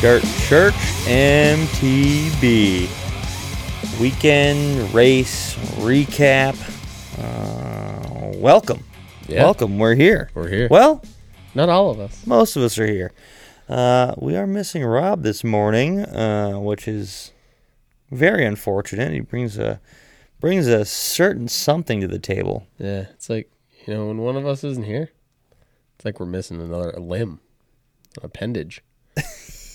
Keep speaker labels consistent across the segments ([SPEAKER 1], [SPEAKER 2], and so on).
[SPEAKER 1] Dirt Church MTB. Weekend race recap. Uh, welcome.
[SPEAKER 2] Yeah.
[SPEAKER 1] Welcome. We're here.
[SPEAKER 2] We're here.
[SPEAKER 1] Well,
[SPEAKER 2] Not all of us.
[SPEAKER 1] most of us are here. Uh, we are missing Rob this morning, uh, which is very unfortunate. He brings a brings a certain something to the table.
[SPEAKER 2] Yeah, it's like you know when one of us isn't here, it's like we're missing another a limb, an appendage.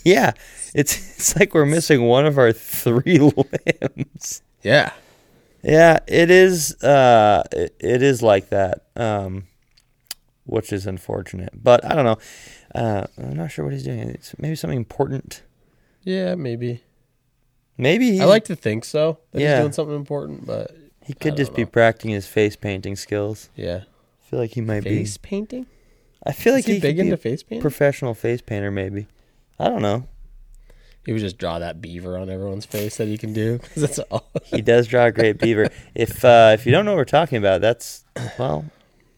[SPEAKER 1] Yeah, it's it's like we're missing one of our three limbs.
[SPEAKER 2] Yeah,
[SPEAKER 1] Yeah, it is. Uh, it, it is like that, um, which is unfortunate. But I don't know. Uh, I'm not sure what he's doing. It's maybe something important.
[SPEAKER 2] yeah, maybe.
[SPEAKER 1] Maybe he,
[SPEAKER 2] I like to think so. That
[SPEAKER 1] Yeah.
[SPEAKER 2] he's doing something important, but
[SPEAKER 1] he could
[SPEAKER 2] I
[SPEAKER 1] just
[SPEAKER 2] don't
[SPEAKER 1] be
[SPEAKER 2] know.
[SPEAKER 1] practicing his face painting skills.
[SPEAKER 2] yeah,
[SPEAKER 1] I feel like he might
[SPEAKER 2] face painting.
[SPEAKER 1] be. I feel like
[SPEAKER 2] Is he,
[SPEAKER 1] could
[SPEAKER 2] big
[SPEAKER 1] be
[SPEAKER 2] into
[SPEAKER 1] a
[SPEAKER 2] face painting?
[SPEAKER 1] professional face painter. Maybe I don't know.
[SPEAKER 2] he would just draw that beaver on everyone's face that he can do. 'cause that's all.
[SPEAKER 1] He does draw a great beaver. If uh, if you don't know what we're talking about, that's well,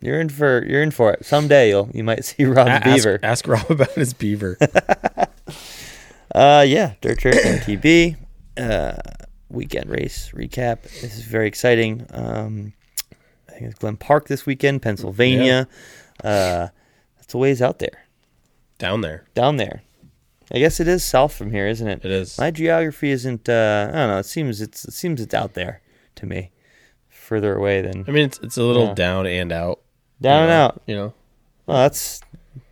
[SPEAKER 1] you're in for you're in for it. Someday you'll you might see Rob the
[SPEAKER 2] A-
[SPEAKER 1] Beaver.
[SPEAKER 2] Ask, ask Rob about his beaver.
[SPEAKER 1] Uh, yeah, Dirt Church MTB. Uh, weekend race recap. This is very exciting. Um, I think it's Glen Park this weekend, Pennsylvania. Uh, that's a ways out there,
[SPEAKER 2] Down there,
[SPEAKER 1] down there. I guess it is south from here, isn't it?
[SPEAKER 2] it is.
[SPEAKER 1] My geography isn't. Uh, I don't know. It seems it's. It seems it's out there to me, further away than
[SPEAKER 2] I mean, it's it's a little
[SPEAKER 1] Yeah.
[SPEAKER 2] down and out.
[SPEAKER 1] down and
[SPEAKER 2] you know,
[SPEAKER 1] out.
[SPEAKER 2] You know,
[SPEAKER 1] Well, that's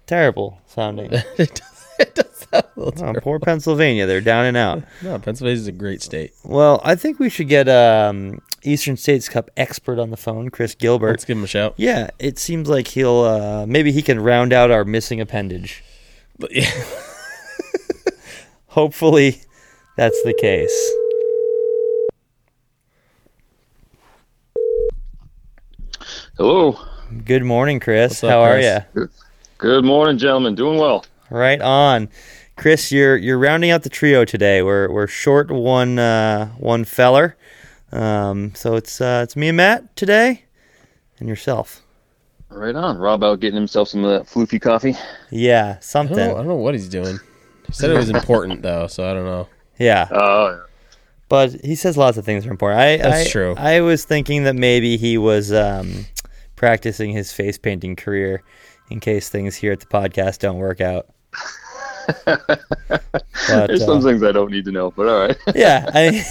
[SPEAKER 1] terrible sounding.
[SPEAKER 2] it does. It does sound a little.
[SPEAKER 1] Oh, poor Pennsylvania. They're down and out.
[SPEAKER 2] No, Pennsylvania's a great state.
[SPEAKER 1] Well, I think we should get um, Eastern States Cup expert on the phone, Chris Gilbert.
[SPEAKER 2] Let's give him a shout.
[SPEAKER 1] yeah, it seems like he'll uh, maybe he can round out our missing appendage.
[SPEAKER 2] But yeah.
[SPEAKER 1] Hopefully, that's the case.
[SPEAKER 3] Hello.
[SPEAKER 1] Good morning, Chris.
[SPEAKER 2] What's up,
[SPEAKER 1] How are
[SPEAKER 2] Chris?
[SPEAKER 1] you?
[SPEAKER 3] Good morning, gentlemen. Doing well.
[SPEAKER 1] Right on, Chris. You're you're rounding out the trio today. We're we're short one uh, one feller, um, so it's uh, it's me and Matt today, and yourself.
[SPEAKER 3] Right on. Rob out getting himself some of that floofy coffee.
[SPEAKER 1] Yeah,
[SPEAKER 2] I don't, know, I
[SPEAKER 1] something.
[SPEAKER 2] don't know what he's doing. He said it was important though, so I don't know.
[SPEAKER 1] Yeah.
[SPEAKER 3] Uh,
[SPEAKER 1] But he says lots of things are important. I,
[SPEAKER 2] That's
[SPEAKER 1] I-
[SPEAKER 2] true.
[SPEAKER 1] I was thinking that maybe he was um, practicing his face painting career in case things here at the podcast don't work out. but,
[SPEAKER 3] there's
[SPEAKER 1] uh,
[SPEAKER 3] some things I don't need to know, but all right.
[SPEAKER 1] yeah, I,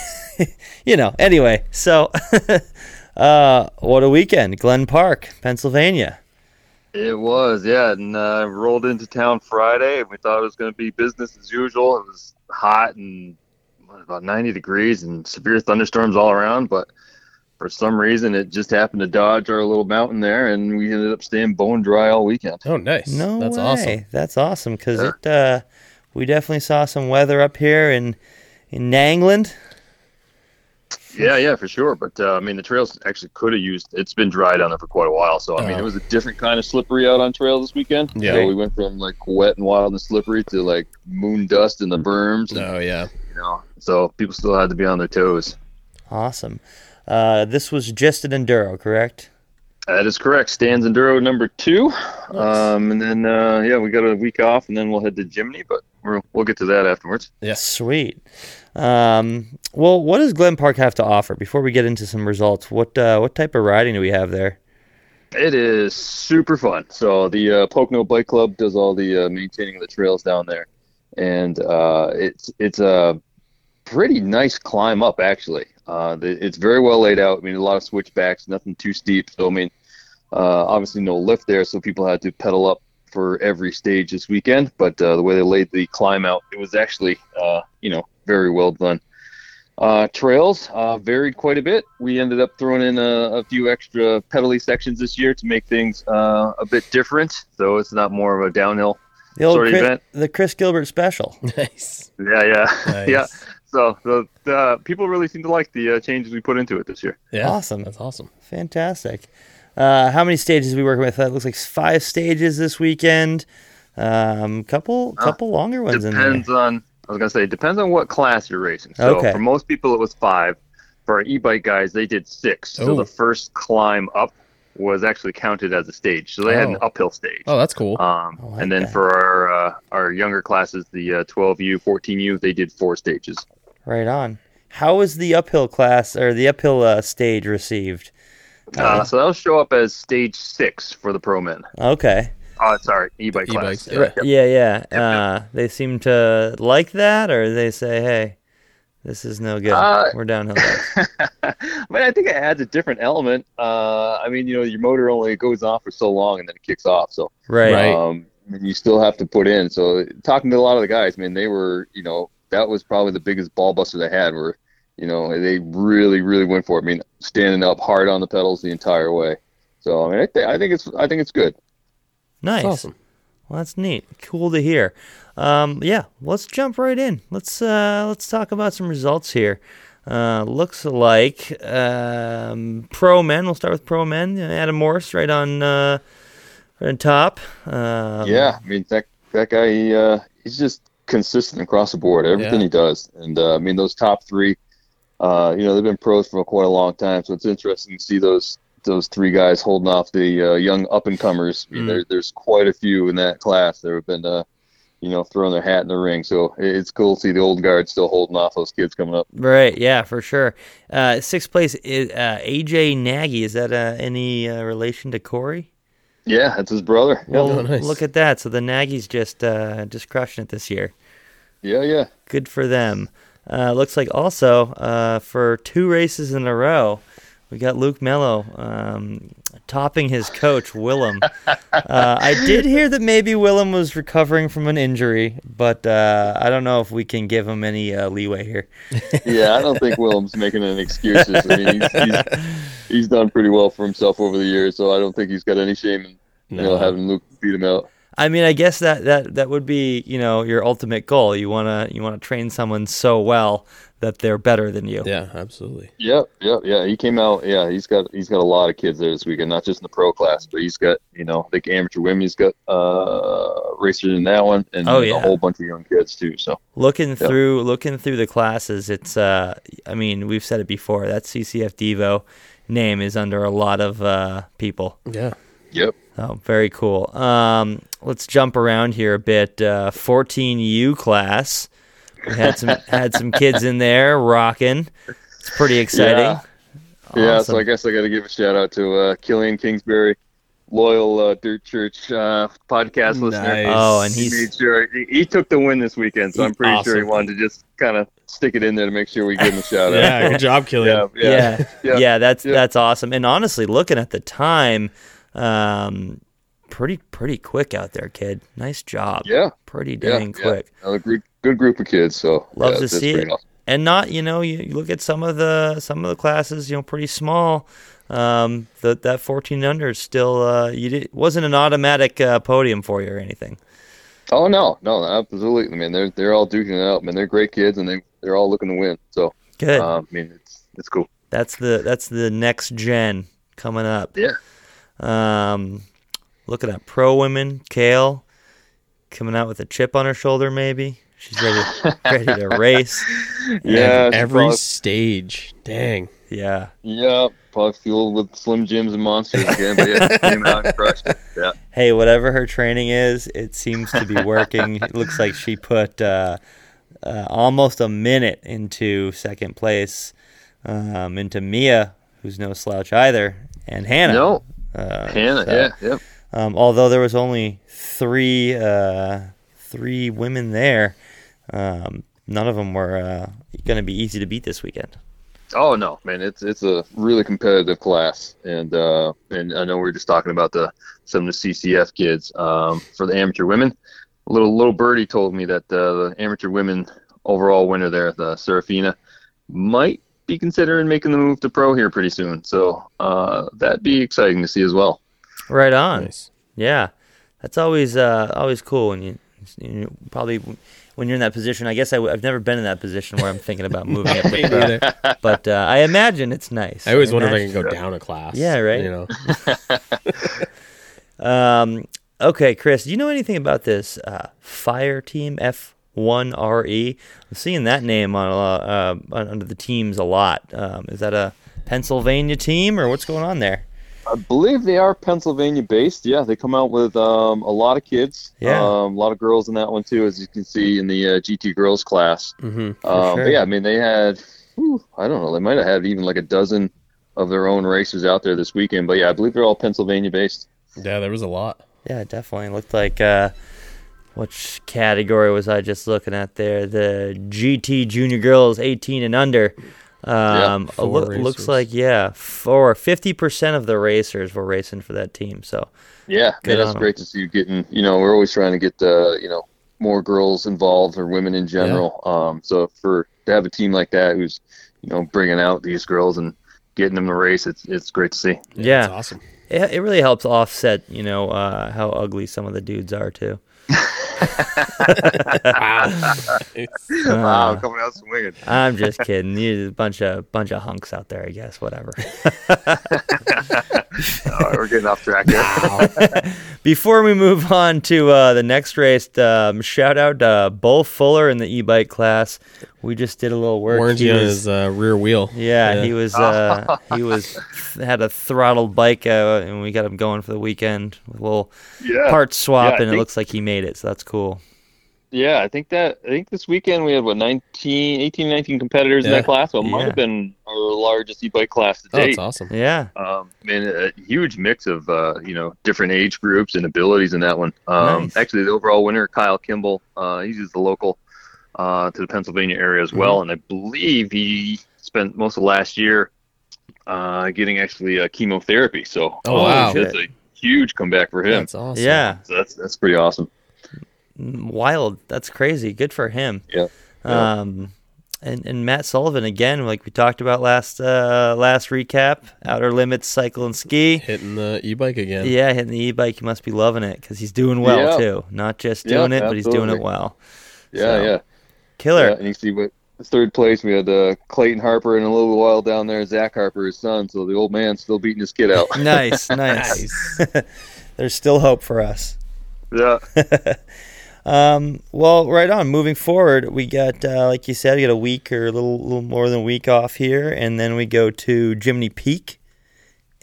[SPEAKER 1] you know. Anyway, so uh, what a weekend, Glen Park, Pennsylvania.
[SPEAKER 3] it was, yeah. And uh, rolled into town Friday, and we thought it was going to be business as usual. It was hot and what, about 90 degrees and severe thunderstorms all around, but for some reason, it just happened to dodge our little mountain there, and we ended up staying bone dry all weekend.
[SPEAKER 2] Oh, nice.
[SPEAKER 1] No,
[SPEAKER 2] that's
[SPEAKER 1] way.
[SPEAKER 2] awesome.
[SPEAKER 1] That's awesome because
[SPEAKER 3] Sure.
[SPEAKER 1] it. Uh, we definitely saw some weather up here in in Nangland.
[SPEAKER 3] Yeah, yeah, for sure. But uh, I mean, the trails actually could have used. It's been dry down there for quite a while, so I mean,
[SPEAKER 2] Oh.
[SPEAKER 3] it was a different kind of slippery out on trail this weekend.
[SPEAKER 2] Yeah.
[SPEAKER 3] so we went from like wet and wild and slippery to like moon dust in the berms, and
[SPEAKER 2] Oh yeah,
[SPEAKER 3] you know, so people still had to be on their toes.
[SPEAKER 1] Awesome. Uh, this was just an enduro, correct?
[SPEAKER 3] That is correct. Stands Enduro number two, um, and then uh, yeah, we got a week off, and then we'll head to Jimny, but we're, we'll get to that afterwards.
[SPEAKER 2] yes.
[SPEAKER 1] Sweet. Um, well, what does Glen Park have to offer? Before we get into some results, what uh, what type of riding do we have there?
[SPEAKER 3] It is super fun. So the uh, Pocono Bike Club does all the uh, maintaining of the trails down there, and uh, it's it's a pretty nice climb up actually. Uh, the, it's very well laid out. I mean, a lot of switchbacks, nothing too steep. So I mean, uh, obviously no lift there, so people had to pedal up for every stage this weekend. But uh, the way they laid the climb out, it was actually uh, you know very well done. Uh, trails uh, varied quite a bit. We ended up throwing in a, a few extra pedally sections this year to make things uh, a bit different, so it's not more of a downhill
[SPEAKER 1] The old
[SPEAKER 3] Sorry,
[SPEAKER 1] Chris,
[SPEAKER 3] Matt.
[SPEAKER 1] the Chris Gilbert special.
[SPEAKER 2] Nice.
[SPEAKER 3] Yeah, yeah,
[SPEAKER 2] nice.
[SPEAKER 3] yeah. So the, the uh, people really seem to like the uh, changes we put into it this year.
[SPEAKER 2] Yeah.
[SPEAKER 1] Awesome.
[SPEAKER 2] That's awesome.
[SPEAKER 1] Fantastic. Uh, how many stages are we working with? That looks like five stages this weekend. Um, couple
[SPEAKER 3] Uh,
[SPEAKER 1] couple longer ones in
[SPEAKER 3] depends on. I was gonna say depends on what class you're racing. So
[SPEAKER 1] Okay.
[SPEAKER 3] for most people it was five. For our e-bike guys, they did six. So
[SPEAKER 2] Oh.
[SPEAKER 3] the first climb up was actually counted as a stage. So they had an
[SPEAKER 2] Oh.
[SPEAKER 3] uphill stage.
[SPEAKER 2] Oh, that's cool.
[SPEAKER 3] Um,
[SPEAKER 1] I like
[SPEAKER 3] and then
[SPEAKER 1] that.
[SPEAKER 3] for our uh, our younger classes, the uh, 12U, 14U, they did four stages.
[SPEAKER 1] Right on. How was the uphill class or the uphill uh, stage received?
[SPEAKER 3] Uh, so that'll show up as stage six for the pro men.
[SPEAKER 1] Okay.
[SPEAKER 3] Oh, sorry, e-bike
[SPEAKER 2] E-bikes,
[SPEAKER 3] class.
[SPEAKER 2] yeah. Right.
[SPEAKER 1] Yeah, yeah. Uh, they seem to like that, or they say, "Hey, this is no good.
[SPEAKER 3] Uh,
[SPEAKER 1] We're downhill."
[SPEAKER 3] I mean, I think it adds a different element. Uh, I mean, you know, your motor only goes on for so long and then it kicks off. So
[SPEAKER 1] Right.
[SPEAKER 2] Right.
[SPEAKER 3] um, and you still have to put in. So talking to a lot of the guys, man, they were, you know, that was probably the biggest ball buster they had. Were you know they really, really went for it. I mean, standing up hard on the pedals the entire way. So I mean, I, th- I think it's, I think it's good.
[SPEAKER 1] Nice.
[SPEAKER 2] That's awesome.
[SPEAKER 1] Well, that's neat. Cool to hear. Um, yeah, let's jump right in. Let's uh, let's talk about some results here. Uh, looks like um, pro men. We'll start with pro men. Adam Morris right on uh, right on top. Um,
[SPEAKER 3] yeah, I mean that that guy, he, uh, he's just consistent across the board. Everything
[SPEAKER 2] Yeah.
[SPEAKER 3] he does, and uh, I mean those top three, uh, you know, they've been pros for quite a long time. So it's interesting to see those those three guys holding off the uh, young up and comers. I mean,
[SPEAKER 1] Mm.
[SPEAKER 3] there, there's quite a few in that class that have been, uh, you know, throwing their hat in the ring. So it- it's cool to see the old guard still holding off those kids coming up.
[SPEAKER 1] Right. Yeah, for sure. Uh, sixth place is uh, AJ Nagy. Is that uh, any uh, relation to Corey?
[SPEAKER 3] Yeah, that's his brother.
[SPEAKER 1] Well,
[SPEAKER 2] Oh, nice.
[SPEAKER 1] look at that. So the Nagy's just uh, just crushing it this year.
[SPEAKER 3] Yeah, yeah.
[SPEAKER 1] good for them. Uh, looks like also uh, for two races in a row, we got Luke Mello um, topping his coach Willem. uh, I did hear that maybe Willem was recovering from an injury, but uh, I don't know if we can give him any uh, leeway here.
[SPEAKER 3] yeah, I don't think Willem's making any excuses. I mean, he's, he's, he's done pretty well for himself over the years, so I don't think he's got any shame in you
[SPEAKER 2] No.
[SPEAKER 3] know having Luke beat him out.
[SPEAKER 1] I mean, I guess that, that, that would be you know your ultimate goal. You wanna you wanna train someone so well that they're better than you.
[SPEAKER 2] Yeah, absolutely.
[SPEAKER 3] Yep, yep, yeah. He came out. Yeah, he's got he's got a lot of kids there this weekend, not just in the pro class, but he's got you know the amateur women. He's got uh racers in that one, and
[SPEAKER 1] Oh, yeah.
[SPEAKER 3] a whole bunch of young kids too. So
[SPEAKER 1] looking through looking through the classes it's uh i mean we've said it before that ccf devo name is under a lot of uh people
[SPEAKER 2] Yeah.
[SPEAKER 3] yep,
[SPEAKER 1] oh very cool um let's jump around here a bit uh 14u class we had some had some kids in there rocking it's pretty exciting
[SPEAKER 3] Yeah. yeah.
[SPEAKER 1] Awesome.
[SPEAKER 3] So I guess I got to give a shout out to uh, Killian Kingsbury, loyal uh, Dirt Church uh, podcast listener.
[SPEAKER 2] Nice.
[SPEAKER 1] oh and
[SPEAKER 3] he
[SPEAKER 1] he's
[SPEAKER 3] made sure he, he took the win this weekend, so I'm pretty sure he
[SPEAKER 2] Awesome.
[SPEAKER 3] wanted to just kind of stick it in there to make sure we give him a shout out.
[SPEAKER 2] Yeah, good job,
[SPEAKER 3] Yeah,
[SPEAKER 2] Killian.
[SPEAKER 3] yeah,
[SPEAKER 1] yeah. yeah,
[SPEAKER 3] Yeah.
[SPEAKER 1] that's
[SPEAKER 3] Yeah.
[SPEAKER 1] that's awesome. And honestly, looking at the time, um, pretty pretty quick out there, kid. Nice job.
[SPEAKER 3] Yeah.
[SPEAKER 1] pretty
[SPEAKER 3] Yeah,
[SPEAKER 1] dang
[SPEAKER 3] yeah.
[SPEAKER 1] quick.
[SPEAKER 3] Another gr- good group of kids. So
[SPEAKER 1] Love
[SPEAKER 3] yeah,
[SPEAKER 1] to
[SPEAKER 3] that's
[SPEAKER 1] see
[SPEAKER 3] pretty
[SPEAKER 1] it.
[SPEAKER 3] awesome.
[SPEAKER 1] And not, you know, you, you look at some of the some of the classes, you know, pretty small. Um, the, that fourteen under is still uh, you did, wasn't an automatic uh, podium for you or anything.
[SPEAKER 3] Oh no, no, absolutely. I mean, they're they're all duking it out. Man, they're great kids, and they they're all looking to win. So
[SPEAKER 1] Good.
[SPEAKER 3] um, I mean, it's it's cool.
[SPEAKER 1] that's the that's the next gen coming up.
[SPEAKER 3] Yeah.
[SPEAKER 1] Um, look at that pro women, Kale, coming out with a chip on her shoulder. Maybe she's ready, ready to race.
[SPEAKER 3] Yeah,
[SPEAKER 2] Ev-
[SPEAKER 3] she
[SPEAKER 2] every
[SPEAKER 3] probably-
[SPEAKER 2] stage. Dang.
[SPEAKER 1] Yeah,
[SPEAKER 3] Yeah, probably fueled with Slim Jims and monsters again. But yeah, she came out and crushed it. Yeah,
[SPEAKER 1] hey, whatever her training is, it seems to be working. it looks like she put uh, uh, almost a minute into second place, um, into Mia, who's no slouch either, and Hannah.
[SPEAKER 3] No.
[SPEAKER 1] uh,
[SPEAKER 3] Hannah.
[SPEAKER 1] so-
[SPEAKER 3] Yeah, yeah.
[SPEAKER 1] Um, although there was only three uh, three women there, um, none of them were uh, going to be easy to beat this weekend.
[SPEAKER 3] Oh no, man, it's it's a really competitive class, and uh, and I know we were just talking about the some of the CCF kids um, for the amateur women. Little little birdie told me that uh, the amateur women overall winner there, the Serafina, might be considering making the move to pro here pretty soon. So uh, that'd be exciting to see as well.
[SPEAKER 1] Right on.
[SPEAKER 2] Nice.
[SPEAKER 1] Yeah, that's always uh, always cool when you, you probably when you're in that position. I guess I, have never been in that position where I'm thinking about moving up to pro, but uh, I imagine it's nice.
[SPEAKER 2] I always wonder if I
[SPEAKER 1] imagine-
[SPEAKER 2] can go down a class.
[SPEAKER 1] Yeah, right.
[SPEAKER 2] You know.
[SPEAKER 1] Um, okay, Chris, do you know anything about this uh, fire team F1RE? E? I'm seeing that name on a lot, uh, on- under the teams a lot. Um, is that a Pennsylvania team or what's going on there?
[SPEAKER 3] I believe they are Pennsylvania based. Yeah, they come out with um, a lot of kids.
[SPEAKER 1] Yeah.
[SPEAKER 3] um, a lot of girls in that one too, as you can see in the uh, GT girls class.
[SPEAKER 2] Mm-hmm.
[SPEAKER 3] Um,
[SPEAKER 1] sure.
[SPEAKER 3] But yeah, I mean they had, whew, I don't know, they might have had even like a dozen of their own races out there this weekend. But yeah, I believe they're all Pennsylvania based.
[SPEAKER 2] Yeah, there was a lot.
[SPEAKER 1] Yeah, definitely. Looked like uh, which category was I just looking at there? The GT Junior Girls 18 and under. Um,
[SPEAKER 2] four
[SPEAKER 1] it loo-
[SPEAKER 2] racers.
[SPEAKER 1] looks like yeah, for 50% of the racers were racing for that team. So
[SPEAKER 3] Yeah,
[SPEAKER 1] Good
[SPEAKER 3] man,
[SPEAKER 1] on
[SPEAKER 3] that's
[SPEAKER 1] 'em.
[SPEAKER 3] great to see you getting. You know, we're always trying to get uh, you know more girls involved or women in general. Um, so for to have a team like that who's you know bringing out these girls and getting them to race, it's it's great to see.
[SPEAKER 1] Yeah.
[SPEAKER 2] It's awesome.
[SPEAKER 1] it, it really helps offset, you know, uh, how ugly some of the dudes are too.
[SPEAKER 3] wow, coming out swinging.
[SPEAKER 1] I'm just kidding. You're a bunch of bunch of hunks out there, I guess. Whatever.
[SPEAKER 3] All right, Oh, we're getting off track here.
[SPEAKER 1] Before we move on to uh, the next race, um, shout out uh, Bo Fuller in the e-bike class. We just did a little work.
[SPEAKER 2] Warranty
[SPEAKER 1] He
[SPEAKER 2] on
[SPEAKER 1] was-
[SPEAKER 2] his uh, rear wheel.
[SPEAKER 1] yeah, he was uh, he was had a throttled bike uh, and we got him going for the weekend with a little
[SPEAKER 3] yeah.
[SPEAKER 1] part
[SPEAKER 3] Yeah,
[SPEAKER 1] swap
[SPEAKER 3] I
[SPEAKER 1] and it
[SPEAKER 3] think-
[SPEAKER 1] looks like he made it, so that's cool.
[SPEAKER 3] Yeah, I think that I think this weekend we had what 19, 18, 19 competitors in
[SPEAKER 2] Yeah.
[SPEAKER 3] that class. So it might
[SPEAKER 1] Yeah.
[SPEAKER 3] have been our largest e-bike class to
[SPEAKER 2] Oh,
[SPEAKER 3] date.
[SPEAKER 2] it's awesome.
[SPEAKER 1] Yeah,
[SPEAKER 3] Um, and a huge mix of uh, you know different age groups and abilities in that one. Um,
[SPEAKER 1] Nice.
[SPEAKER 3] Actually, the overall winner, Kyle Kimball, uh, he's just the local uh, to the Pennsylvania area as
[SPEAKER 2] Mm-hmm.
[SPEAKER 3] well, and I believe he spent most of last year uh, getting actually uh, chemotherapy. So
[SPEAKER 2] Oh,
[SPEAKER 3] uh,
[SPEAKER 2] wow.
[SPEAKER 3] that's a huge comeback for him.
[SPEAKER 2] That's awesome.
[SPEAKER 1] yeah,
[SPEAKER 3] so that's that's pretty awesome.
[SPEAKER 1] Mm, wild. That's crazy. Good for him.
[SPEAKER 3] Yeah. Yeah.
[SPEAKER 1] Um, and, and Matt Sullivan again, like we talked about last uh, last recap, outer limits cycle and ski.
[SPEAKER 2] Hitting the e bike again.
[SPEAKER 1] Yeah, hitting the e-bike, he must be loving it because he's doing well
[SPEAKER 3] Yeah.
[SPEAKER 1] too. Not just
[SPEAKER 3] Yeah,
[SPEAKER 1] doing it, but he's doing it
[SPEAKER 3] absolutely.
[SPEAKER 1] well.
[SPEAKER 3] Yeah,
[SPEAKER 1] So-
[SPEAKER 3] yeah.
[SPEAKER 1] Killer.
[SPEAKER 3] Yeah, and you see what third place we had uh, Clayton Harper and a little while down there Zach Harper, his son. So the old man's still beating his kid out.
[SPEAKER 1] Nice, nice. There's still hope for us.
[SPEAKER 3] yeah.
[SPEAKER 1] Um, well, right on. Moving forward, we got uh, like you said, we got a week or a little, little more than a week off here, and then we go to Jiminy Peak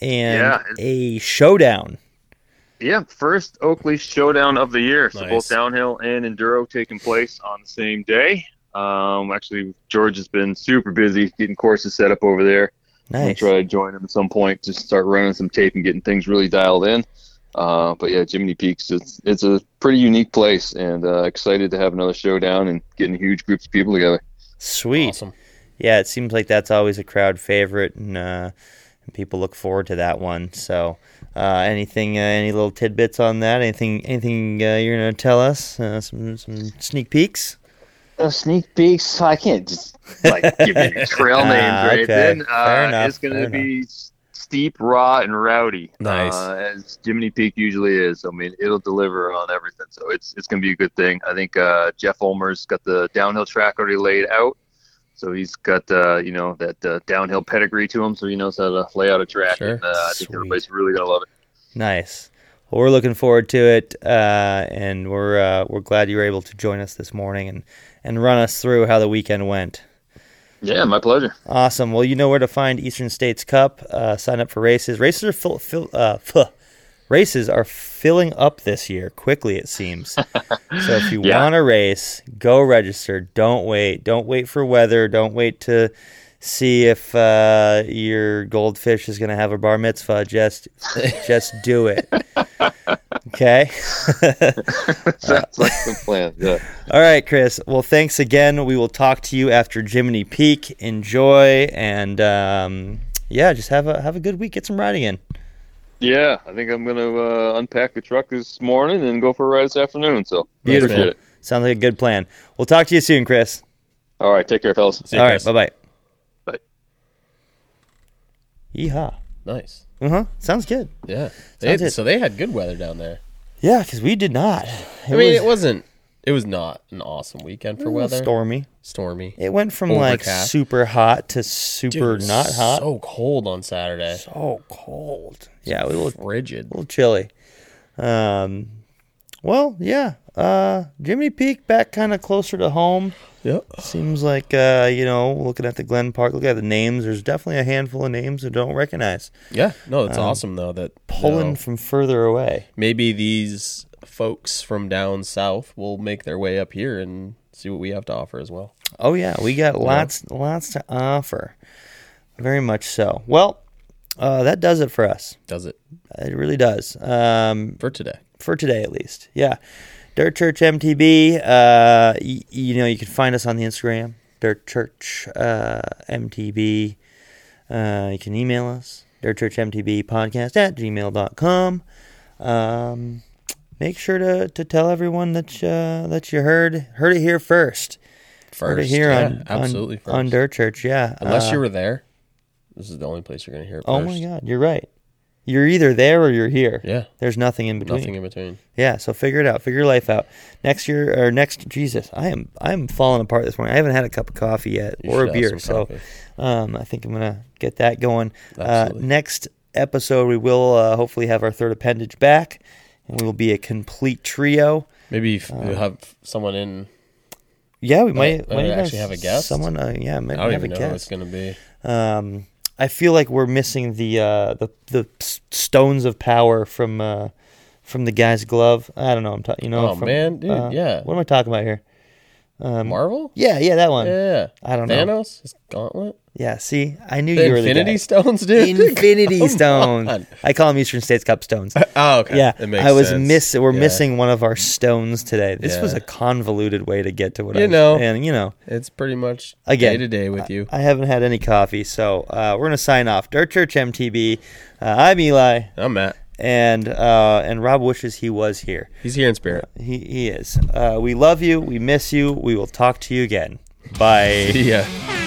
[SPEAKER 1] and
[SPEAKER 3] Yeah.
[SPEAKER 1] a showdown.
[SPEAKER 3] Yeah, first Oakley showdown of the year. So
[SPEAKER 2] Nice.
[SPEAKER 3] both downhill and enduro taking place on the same day. Um, actually, George has been super busy getting courses set up over there. I'm gonna
[SPEAKER 1] Nice.
[SPEAKER 3] try to join him at some point. Just start running some tape and getting things really dialed in. Uh, but yeah, Jiminy Peaks, it's it's a pretty unique place, and uh, excited to have another showdown and getting huge groups of people together.
[SPEAKER 1] Sweet.
[SPEAKER 2] Awesome.
[SPEAKER 1] Yeah, it seems like that's always a crowd favorite, and uh, and people look forward to that one. So, uh, anything, uh, any little tidbits on that? Anything, anything uh, you're gonna tell us? Uh, some, some sneak peeks.
[SPEAKER 3] uh, sneak peeks. I can't just like give you any trail names or
[SPEAKER 1] Ah, okay.
[SPEAKER 3] anything.
[SPEAKER 1] Fair
[SPEAKER 3] Uh,
[SPEAKER 1] enough,
[SPEAKER 3] It's going
[SPEAKER 1] fair
[SPEAKER 3] to be s- steep, raw, and rowdy.
[SPEAKER 2] Nice.
[SPEAKER 3] uh, as Jiminy Peak usually is. I mean, it'll deliver on everything. So it's it's going to be a good thing. I think uh, Jeff Ulmer's got the downhill track already laid out. So he's got uh, you know that uh, downhill pedigree to him, so he knows how to lay out a track.
[SPEAKER 2] Sure.
[SPEAKER 3] And, uh, I think
[SPEAKER 1] Sweet.
[SPEAKER 3] everybody's really gonna love it.
[SPEAKER 1] Nice. Well, we're looking forward to it, uh, and we're uh, we're glad you were able to join us this morning and and run us through how the weekend went.
[SPEAKER 3] Yeah, my pleasure.
[SPEAKER 1] Awesome. Well, you know where to find Eastern States Cup. Uh, sign up for races. Races are fill, fill, uh, fuh. races are filling up this year quickly. It seems. so if you
[SPEAKER 3] Yeah.
[SPEAKER 1] want to race, go register. Don't wait. Don't wait for weather. Don't wait to see if uh, your goldfish is going to have a bar mitzvah. Just just do it. Okay.
[SPEAKER 3] Sounds like the plan. Yeah.
[SPEAKER 1] All right, Chris. Well, thanks again. We will talk to you after Jiminy Peak. Enjoy and um, yeah, just have a have a good week. Get some riding in.
[SPEAKER 3] Yeah, I think I'm gonna uh, unpack the truck this morning and go for a ride this afternoon. So
[SPEAKER 1] Beautiful.
[SPEAKER 3] appreciate it.
[SPEAKER 1] Sounds like a good plan. We'll talk to you soon, Chris.
[SPEAKER 3] All right, take care, fellas.
[SPEAKER 2] See you,
[SPEAKER 1] All right,
[SPEAKER 2] Chris.
[SPEAKER 1] bye bye.
[SPEAKER 3] Bye.
[SPEAKER 1] Yeehaw.
[SPEAKER 2] Nice.
[SPEAKER 1] Uh huh. Sounds good.
[SPEAKER 2] Yeah. They,
[SPEAKER 1] Sounds it.
[SPEAKER 2] so they had good weather down there.
[SPEAKER 1] Yeah, because we did not. It
[SPEAKER 2] I mean,
[SPEAKER 1] was Mm,
[SPEAKER 2] it wasn't. It was not an awesome weekend
[SPEAKER 1] a
[SPEAKER 2] for
[SPEAKER 1] little
[SPEAKER 2] weather.
[SPEAKER 1] stormy.
[SPEAKER 2] Stormy.
[SPEAKER 1] It went from like
[SPEAKER 2] Overcast.
[SPEAKER 1] super hot to
[SPEAKER 2] Dude,
[SPEAKER 1] super
[SPEAKER 2] it was
[SPEAKER 1] not hot.
[SPEAKER 2] So cold on Saturday.
[SPEAKER 1] so cold. Yeah, we will
[SPEAKER 2] Frigid.
[SPEAKER 1] a little chilly. Um, well, yeah. Uh, Jimmy Peak back kind of closer to home.
[SPEAKER 2] Yep.
[SPEAKER 1] Seems like uh, you know, looking at the Glen Park, look at the names. There's definitely a handful of names I don't recognize.
[SPEAKER 2] Yeah. No, it's
[SPEAKER 1] Um,
[SPEAKER 2] awesome though that
[SPEAKER 1] Pulling
[SPEAKER 2] you know,
[SPEAKER 1] from further away.
[SPEAKER 2] maybe these folks from down south will make their way up here and see what we have to offer as well.
[SPEAKER 1] Oh yeah, we got lots lots to offer. Very much so. Well, uh, that does it for us.
[SPEAKER 2] Does it
[SPEAKER 1] It really does. Um,
[SPEAKER 2] for today?
[SPEAKER 1] for today at least. Yeah. Dirt Church MTB. Uh, y- you know, you can find us on the Instagram, Dirt Church uh, MTB. Uh, you can email us, Dirt Church MTB podcast at gmail.com. Um, make sure to, to tell everyone that you, that you heard heard it here first.
[SPEAKER 2] First,
[SPEAKER 1] Heard it here
[SPEAKER 2] yeah,
[SPEAKER 1] on,
[SPEAKER 2] absolutely
[SPEAKER 1] on, on
[SPEAKER 2] first.
[SPEAKER 1] Dirt Church. Yeah.
[SPEAKER 2] Unless
[SPEAKER 1] Uh,
[SPEAKER 2] you were there, this is the only place you're gonna hear it.
[SPEAKER 1] Oh
[SPEAKER 2] first.
[SPEAKER 1] my God, you're right. You're either there or you're here.
[SPEAKER 2] Yeah.
[SPEAKER 1] There's nothing in between.
[SPEAKER 2] Nothing in between.
[SPEAKER 1] Yeah, so figure it out. Figure your life out. Next year or next Jesus, I am I am falling apart this morning. I haven't had a cup of coffee yet
[SPEAKER 2] You
[SPEAKER 1] or
[SPEAKER 2] should
[SPEAKER 1] a
[SPEAKER 2] have
[SPEAKER 1] beer,
[SPEAKER 2] some
[SPEAKER 1] so
[SPEAKER 2] coffee.
[SPEAKER 1] um, I think I'm gonna get that going. Uh,
[SPEAKER 2] Absolutely.
[SPEAKER 1] next episode, we will uh, hopefully have our third appendage back, and we will be a complete trio.
[SPEAKER 2] Maybe if
[SPEAKER 1] Um,
[SPEAKER 2] you have someone in.
[SPEAKER 1] Yeah, we might,
[SPEAKER 2] uh,
[SPEAKER 1] might
[SPEAKER 2] actually have a guest?
[SPEAKER 1] Someone, uh, yeah, might
[SPEAKER 2] I don't
[SPEAKER 1] have a
[SPEAKER 2] even know who it's
[SPEAKER 1] guest.
[SPEAKER 2] gonna be.
[SPEAKER 1] Um, I feel like we're missing the uh, the the s- stones of power from uh, from the guy's glove. I don't know. I'm talking. You know.
[SPEAKER 2] Oh,
[SPEAKER 1] from,
[SPEAKER 2] man, dude,
[SPEAKER 1] uh,
[SPEAKER 2] yeah.
[SPEAKER 1] What am I talking about here? Um,
[SPEAKER 2] Marvel?
[SPEAKER 1] Yeah, yeah, that one. Yeah,
[SPEAKER 2] Yeah.
[SPEAKER 1] I don't know.
[SPEAKER 2] Thanos? His gauntlet?
[SPEAKER 1] see, I knew
[SPEAKER 2] The
[SPEAKER 1] you were
[SPEAKER 2] Infinity Stones,
[SPEAKER 1] the guy.
[SPEAKER 2] dude?
[SPEAKER 1] Infinity
[SPEAKER 2] on.
[SPEAKER 1] Stones. I call them Eastern States Cup stones.
[SPEAKER 2] oh, okay.
[SPEAKER 1] Yeah,
[SPEAKER 2] It makes
[SPEAKER 1] I was
[SPEAKER 2] sense.
[SPEAKER 1] missing. We're
[SPEAKER 2] Yeah.
[SPEAKER 1] missing one of our stones today. This was
[SPEAKER 2] Yeah.
[SPEAKER 1] a convoluted way to get to what
[SPEAKER 2] You
[SPEAKER 1] I was-
[SPEAKER 2] know.
[SPEAKER 1] and you know,
[SPEAKER 2] It's pretty much
[SPEAKER 1] Again,
[SPEAKER 2] day to day with you.
[SPEAKER 1] I haven't had any coffee, so uh, we're gonna sign off. Dirt Church MTB. Uh, I'm Eli,
[SPEAKER 2] I'm Matt.
[SPEAKER 1] and uh, and Rob wishes he was here.
[SPEAKER 2] He's here in spirit.
[SPEAKER 1] He he is. Uh, we love you. We miss you. We will talk to you again. Bye.
[SPEAKER 2] Yeah.